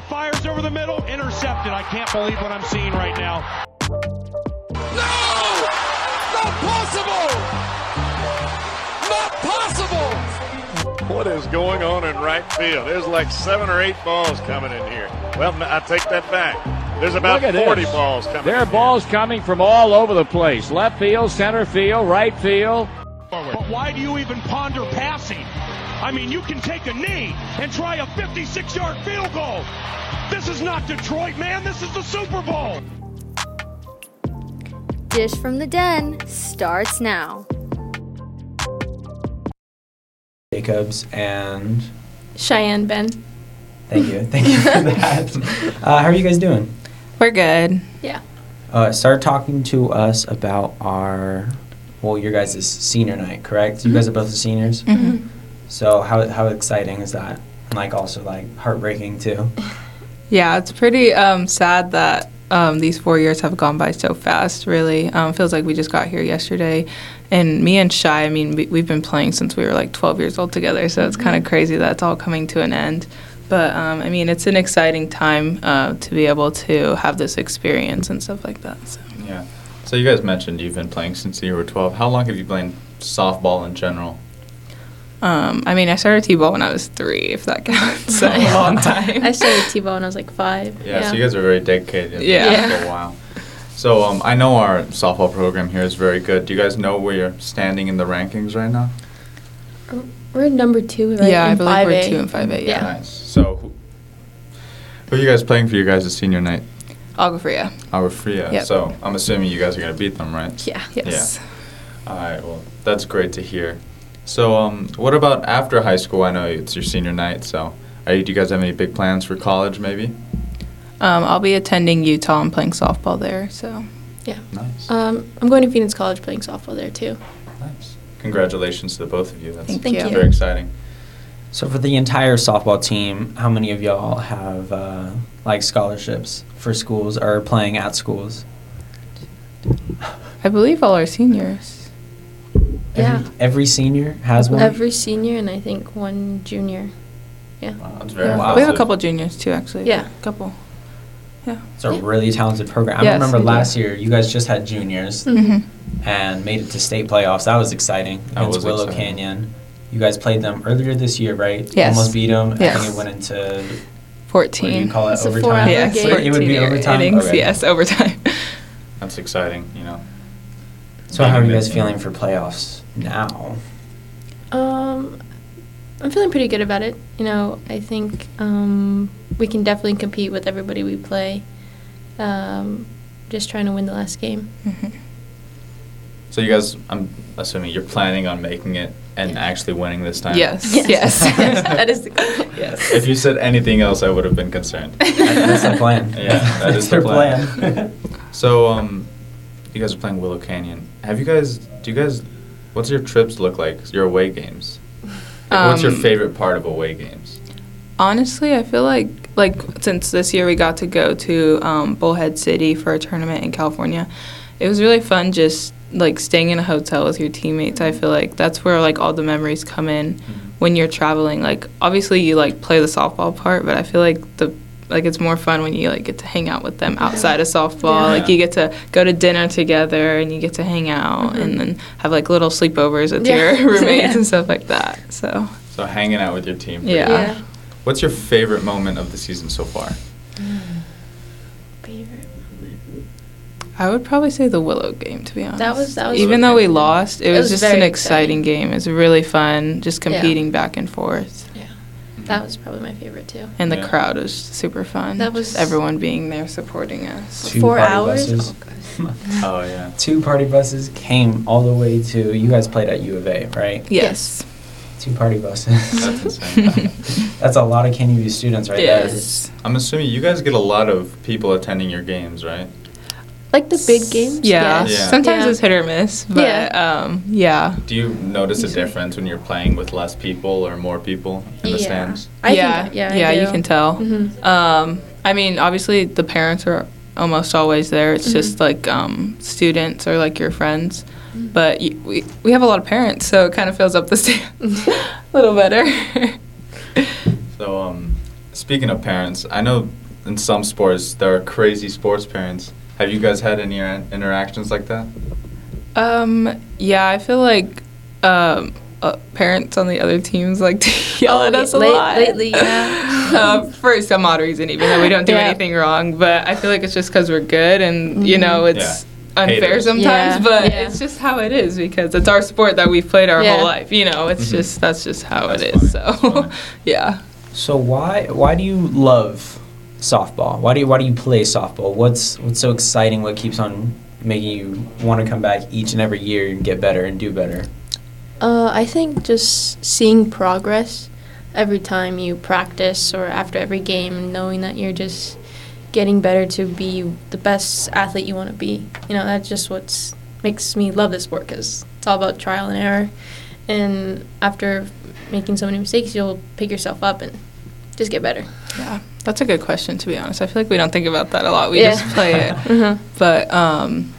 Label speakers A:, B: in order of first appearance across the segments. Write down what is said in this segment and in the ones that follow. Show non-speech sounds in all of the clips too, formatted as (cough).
A: the middle, intercepted. I can't believe what I'm seeing right now.
B: No! Not possible! Not possible!
C: What is going on in right field? There's like seven or eight balls coming in here. Well, no, I take that back. There's about
D: Look at
C: 40
D: this.
C: balls coming
D: There are
C: in here.
D: balls coming from all over the place. Left field, center field, right field.
A: But why do you even ponder passing? I mean, you can take a knee and try a 56 yard field goal. This is not Detroit, man. This is the Super Bowl.
E: Dish from the Den starts now.
F: Jacobs and
G: Cheyenne Ben.
F: thank you, thank you
H: (laughs)
F: for that. Uh, how are you guys doing?
H: We're good.
G: Yeah.
F: Uh, start talking to us about our well, your guys' senior night, correct? You
H: Mm-hmm.
F: guys are both the seniors.
H: Mhm.
F: So how how exciting is that? And like also like heartbreaking too.
H: Yeah, it's pretty um, sad that um, these four years have gone by so fast. Really, um, feels like we just got here yesterday. And me and Shy, I mean, we, we've been playing since we were like 12 years old together. So it's kind of crazy that it's all coming to an end. But um, I mean, it's an exciting time uh, to be able to have this experience and stuff like that. So.
I: Yeah. So you guys mentioned you've been playing since you were 12. How long have you played softball in general?
H: Um, I mean, I started t-ball when I was three, if that counts. So a long time.
G: I started T-ball when I was like five.
I: Yeah, so you guys are very dedicated. to
H: Yeah.
I: this
G: (laughs) Yeah.
I: For a while. So um, I know our softball program here is very good. Do you guys know where you're standing in the rankings right now?
G: We're number two, right?
H: yeah, I
G: in
H: believe
G: 5A.
H: we're two and five eight. Yeah,
I: Nice. So who, who are you guys playing for you guys' senior night?
H: I'll go for you.
I: Our Fria.
H: Yep.
I: So I'm assuming you guys are going to beat them, right?
G: Yeah.
H: Yes.
I: All right. Well, that's great to hear. So, um, what about after high school? I know it's your senior night. So, are you, do you guys have any big plans for college? Maybe.
H: Um, I'll be attending Utah and playing softball there. So
I: Nice.
G: Um, I'm going to Phoenix College playing softball there too.
I: nice. Congratulations to the both of you. That's
H: Thank you.
I: very exciting.
F: So for the entire softball team, how many of y'all have uh, like scholarships for schools or playing at schools?
H: I believe all our seniors.
G: Yeah.
F: Every, every senior has one.
G: Every senior and I think one junior.
I: Wow, that's very
F: Wow.
I: impressive.
H: We have a couple juniors too, actually.
G: Yeah.
H: a couple.
F: It's a really talented program. I
H: Yes,
F: remember
H: we do. Mm-hmm.
F: last year you guys just had juniors and made it to state playoffs. That was exciting
I: That
F: against
I: was
F: Willow
I: exciting.
F: Canyon. You guys played them earlier this year, right?
H: Yes.
F: Almost beat them. I
H: Yes.
F: think it went into what do you
H: Fourteen.
F: call it?
G: It's a
F: overtime.
G: four-hour
H: yes,
G: game.
F: It would be
H: 14
F: overtime.
H: innings,
F: Okay.
H: Yes, overtime.
I: That's exciting. You know.
F: So how are you guys
I: Yeah.
F: feeling for playoffs now?
G: Um, I'm feeling pretty good about it. You know, I think um, we can definitely compete with everybody we play. Um, just trying to win the last game.
I: So you guys, I'm assuming you're planning on making it and actually winning this time.
H: (laughs) yes,
G: Yes.
H: yes. (laughs)
G: That is the goal.
H: Yes.
I: If you said anything else, I would have been concerned.
F: That's the plan.
I: (laughs) Yeah,
F: (laughs)
I: that
F: That's
I: is the
F: their
I: plan. (laughs) So, um, you guys are playing Willow Canyon. Have you guys? Do you guys? What's your trips look like? Your away games. Like, what's your
H: Um,
I: favorite part of away games?
H: Honestly, I feel like like since this year we got to go to um, Bullhead City for a tournament in California, it was really fun. Just like staying in a hotel with your teammates, I feel like that's where like all the memories come in
I: Mm-hmm.
H: when you're traveling. Like obviously you like play the softball part, but I feel like the like it's more fun when you like get to hang out with them outside of softball.
I: Yeah.
H: Like you get to go to dinner together and you get to hang out and then have like little sleepovers with
G: Yeah. (laughs)
H: your (laughs) roommates
G: Yeah.
H: and stuff like that. So
I: So hanging out with your team.
H: yeah.
G: Yeah.
I: What's your favorite moment of the season so far?
G: Favorite.
H: I would probably say the Willow game, to be honest.
G: was- that was-
H: even though we lost, it,
G: It
H: was,
G: was
H: just
G: very
H: an exciting,
G: exciting.
H: game. It was really fun, just
G: Yeah.
H: competing back and forth,
G: That was probably my favorite too.
H: and the
I: Yeah.
H: crowd was super fun.
G: That was-
H: Just everyone being there supporting us.
F: Two
G: Four
F: party
G: hours?
F: buses.
I: Oh yeah.
F: Two party buses came all the way to. You guys played at U of A, right?
H: Yes.
F: Two party buses.
I: That's insane.
F: (laughs) That's a lot of Canyon View students right there.
H: Yes.
I: I'm assuming you guys get a lot of people attending your games, right?
G: Like the big games.
H: Yeah.
I: Yeah.
H: Sometimes
G: Yeah.
H: it's hit or miss, but yeah. Um, yeah.
I: Do you notice a difference when you're playing with less people or more people in the
G: Yeah.
I: stands?
G: I
H: yeah.
G: think, yeah, I
H: yeah, you
G: do. Mm-hmm.
H: can tell. Um, I mean, obviously, the parents are almost always there.
G: Mm-hmm.
H: It's just like um, students or like your friends.
G: Mm-hmm.
H: But you, we, we have a lot of parents, so it kind of fills up the (laughs)
G: (laughs)
H: stands a little better.
I: So, um, speaking of parents, I know in some sports there are crazy sports parents. Have you guys had any uh, interactions like that?
H: Um, yeah, I feel like um, uh, parents on the other teams like to (laughs) yell at us a
G: Late-
H: lot.
G: lately, yeah.
H: (laughs) uh, for some odd reason, even though we don't
G: (laughs)
H: do
G: Yeah. Mm-hmm.
H: anything wrong. But I feel like it's just because we're good, and you know, it's unfair
I: Haters.
H: sometimes.
G: Yeah.
H: But
G: Yeah.
H: it's just how it is because it's our sport that we've played our
G: Yeah.
H: whole life. You know, it's just that's just how it
I: Mm-hmm. That's
H: is.
I: funny.
H: So,
I: That's funny.
H: (laughs) yeah.
F: So why why do you love softball? Why do you, why do you play softball? What's what's so exciting? What keeps on making you want to come back each and every year and get better and do better?
G: Uh, I think just seeing progress every time you practice or after every game, and knowing that you're just getting better to be the best athlete you want to be. You know, that's just what makes me love this sport because it's all about trial and error. And after making so many mistakes, you'll pick yourself up and just get better.
H: Yeah, that's a good question. To be honest, I feel like we don't think about that a lot. We
G: Yeah.
H: just play
I: (laughs)
H: it. But um,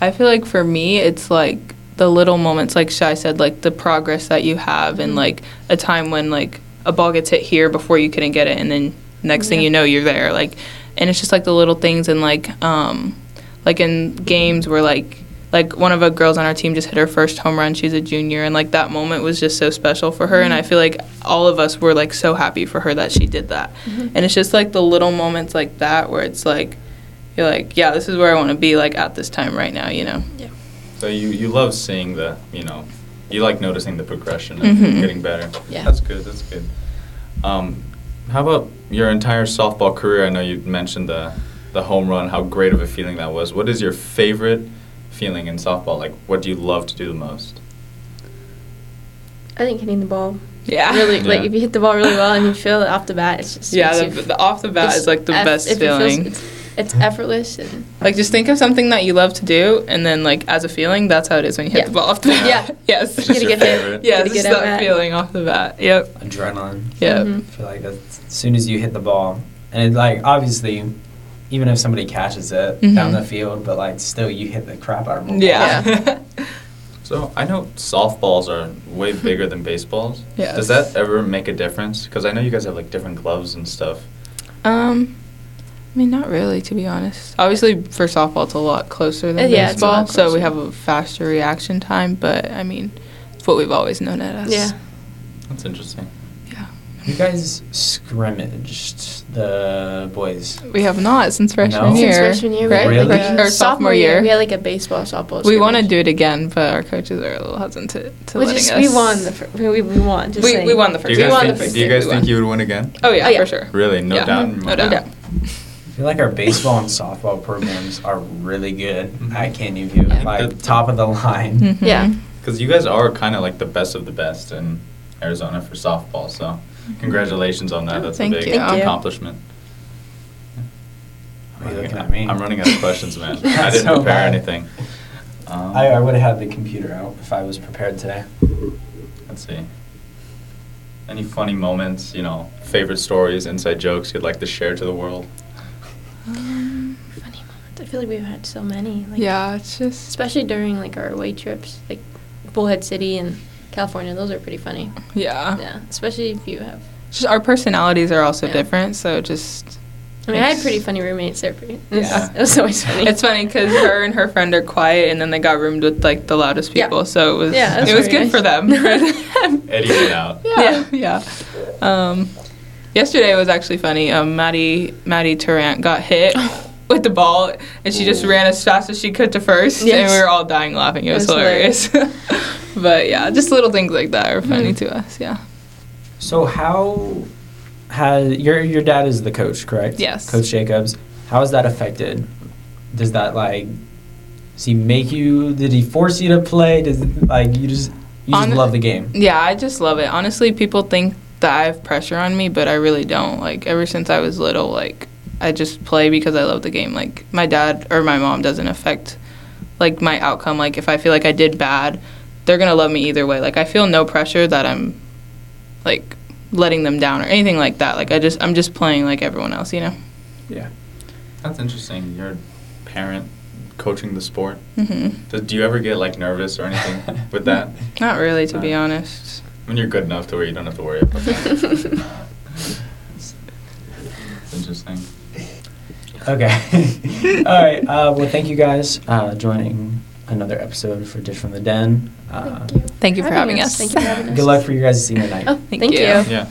H: I feel like for me, it's like the little moments, like Shai said, like the progress that you have, and like a time when like a ball gets hit here before you couldn't get it, and then next thing you know, you're there. Like, and it's just like the little things, and like um, like in games where like. Like one of the girls on our team just hit her first home run. She's a junior, and like that moment was just so special for her. And
G: Mm-hmm.
H: I feel like all of us were like so happy for her that she did that.
G: Mm-hmm.
H: And it's just like the little moments like that where it's like you're like, yeah, this is where I want to be, like at this time right now, you know.
I: So you, you love seeing the, you know, you like noticing the progression of getting better.
G: Yeah.
I: That's good, that's good. Um, how about your entire softball career? I know you mentioned the, the home run, how great of a feeling that was. What is your favorite feeling in softball? Like, what do you love to do the most?
G: I think hitting the ball
H: Yeah, (laughs)
G: really,
I: Yeah.
G: like if you hit the ball really well and you feel it off the bat, it's just makes
H: yeah.
G: you
H: The, the off the bat
G: It's
H: is like the
G: eff-
H: best
G: if it feels-
H: feeling.
G: it's, it's effortless and
H: like just think of something that you love to do, and then like as a feeling, that's how it is when you hit
G: Yeah.
H: the ball off the bat. (laughs)
G: Yeah.
H: yes,
I: Just
G: Gonna
I: your
G: get hit.
I: favorite.
H: yeah.
G: Gotta
H: Just
G: get at
H: that
G: bat.
H: feeling off the bat. Yep,
F: Adrenaline.
H: yep.
F: I feel like that as soon as you hit the ball, and it, like obviously, even if somebody catches it down the field, but like still you hit the crap out of them.
H: Yeah,
I: (laughs) So I know softballs are way bigger than baseballs.
H: Yes.
I: Does that ever make a difference? Because I know you guys have like different gloves and stuff.
H: um. I mean, not really, to be honest. Obviously, for softball, it's a lot closer than
G: Uh, yeah, it's a
H: baseball,
G: lot
H: so we
I: closer.
H: have a faster reaction time. But I mean, it's what we've always known it as.
G: yeah.
I: That's interesting.
F: You guys scrimmaged the boys.
H: We have not since freshman
F: No. Since
H: year.
G: freshman year, we
H: right?
F: Really?
H: Like,
F: Yeah.
H: Or sophomore year.
G: we had like a baseball softball.
H: we want to
G: scrimmage.
H: do it again, but our coaches are a little hesitant to, to
G: We
H: letting
G: just
H: us.
G: we won the fir- we, we- we won. Just
H: we,
G: saying.
H: we won the
I: Do
H: first.
I: you
G: We won
I: guys
G: the
I: think,
G: first
I: do you
G: day,
I: guys
H: we
I: think
H: won.
I: you would win again?
H: Oh yeah,
G: Oh, yeah.
H: for sure.
I: Really? No
H: Yeah.
I: doubt. in my
H: No doubt.
I: mind.
H: Yeah.
F: I feel like our baseball and softball programs are really good at Canyon
G: Yeah.
F: like top of the line.
G: Yeah,
I: Because you guys are kind of like the best of the best in Arizona for softball, so congratulations on that.
H: Oh,
I: That's
H: thank
I: a big
H: you. Thank
G: you.
I: accomplishment.
F: Why are you looking at me?
I: I'm running out of questions,
F: (laughs)
I: man. I
F: That's
I: didn't
F: so
I: prepare
F: bad.
I: anything. Um,
F: I, I would have had the computer out if I was prepared today.
I: Let's see. Any funny moments, you know, favorite stories, inside jokes you'd like to share to the world?
G: I feel like we've had so many. Like,
H: Yeah, it's just
G: especially during like our away trips, like Bullhead City and California. Those are pretty funny.
H: yeah.
G: Yeah, especially if you have.
H: Just our personalities are also
G: Yeah.
H: different, so just
G: I mean, I had
H: Thanks.
G: pretty funny roommates. They're pretty. it's-
H: Yeah.
G: (laughs) it was always funny.
H: it's funny because her and her friend are quiet, and then they got roomed with like the loudest
G: Yeah.
H: people, so it was
G: Yeah, that's
H: it was
G: very
H: good for them. (laughs)
I: Eddie it out.
H: yeah, yeah. Um, yesterday was actually funny. Um, Maddie Maddie Tarrant got hit with the ball, and she just ran as fast as she could to first,
G: Yes.
H: and we were all dying laughing. It was,
G: was
H: hilarious. (laughs) but yeah, just little things like that are funny to us. Yeah.
F: So how has your your dad is the coach, correct?
H: Yes.
F: Coach Jacobs. How has that affected? Does that like does he make you did he force you to play? Does like you just you just
H: Hon-
F: love the game.
H: Yeah, I just love it. Honestly, people think that I have pressure on me, but I really don't. Like ever since I was little, like I just play because I love the game. Like my dad or my mom doesn't affect like my outcome. Like if I feel like I did bad, they're gonna love me either way. Like I feel no pressure that I'm like letting them down or anything like that. Like I just I'm just playing like everyone else, you know.
F: Yeah.
I: That's interesting. Your parent coaching the sport.
H: Mhm.
I: Do, do you ever get like nervous or anything with that?
H: Not really, to be
I: Right.
H: honest.
I: When you're good enough to where you don't have to worry about that. It's interesting.
F: Okay. (laughs) All right. Uh, well, thank you guys uh, joining another episode for Dish from the Den. Uh,
G: Thank you for having us.
E: Thank you for having us.
F: good luck for you guys' senior night.
G: Oh, (laughs) thank,
E: Thank
G: you.
E: you.
I: Yeah.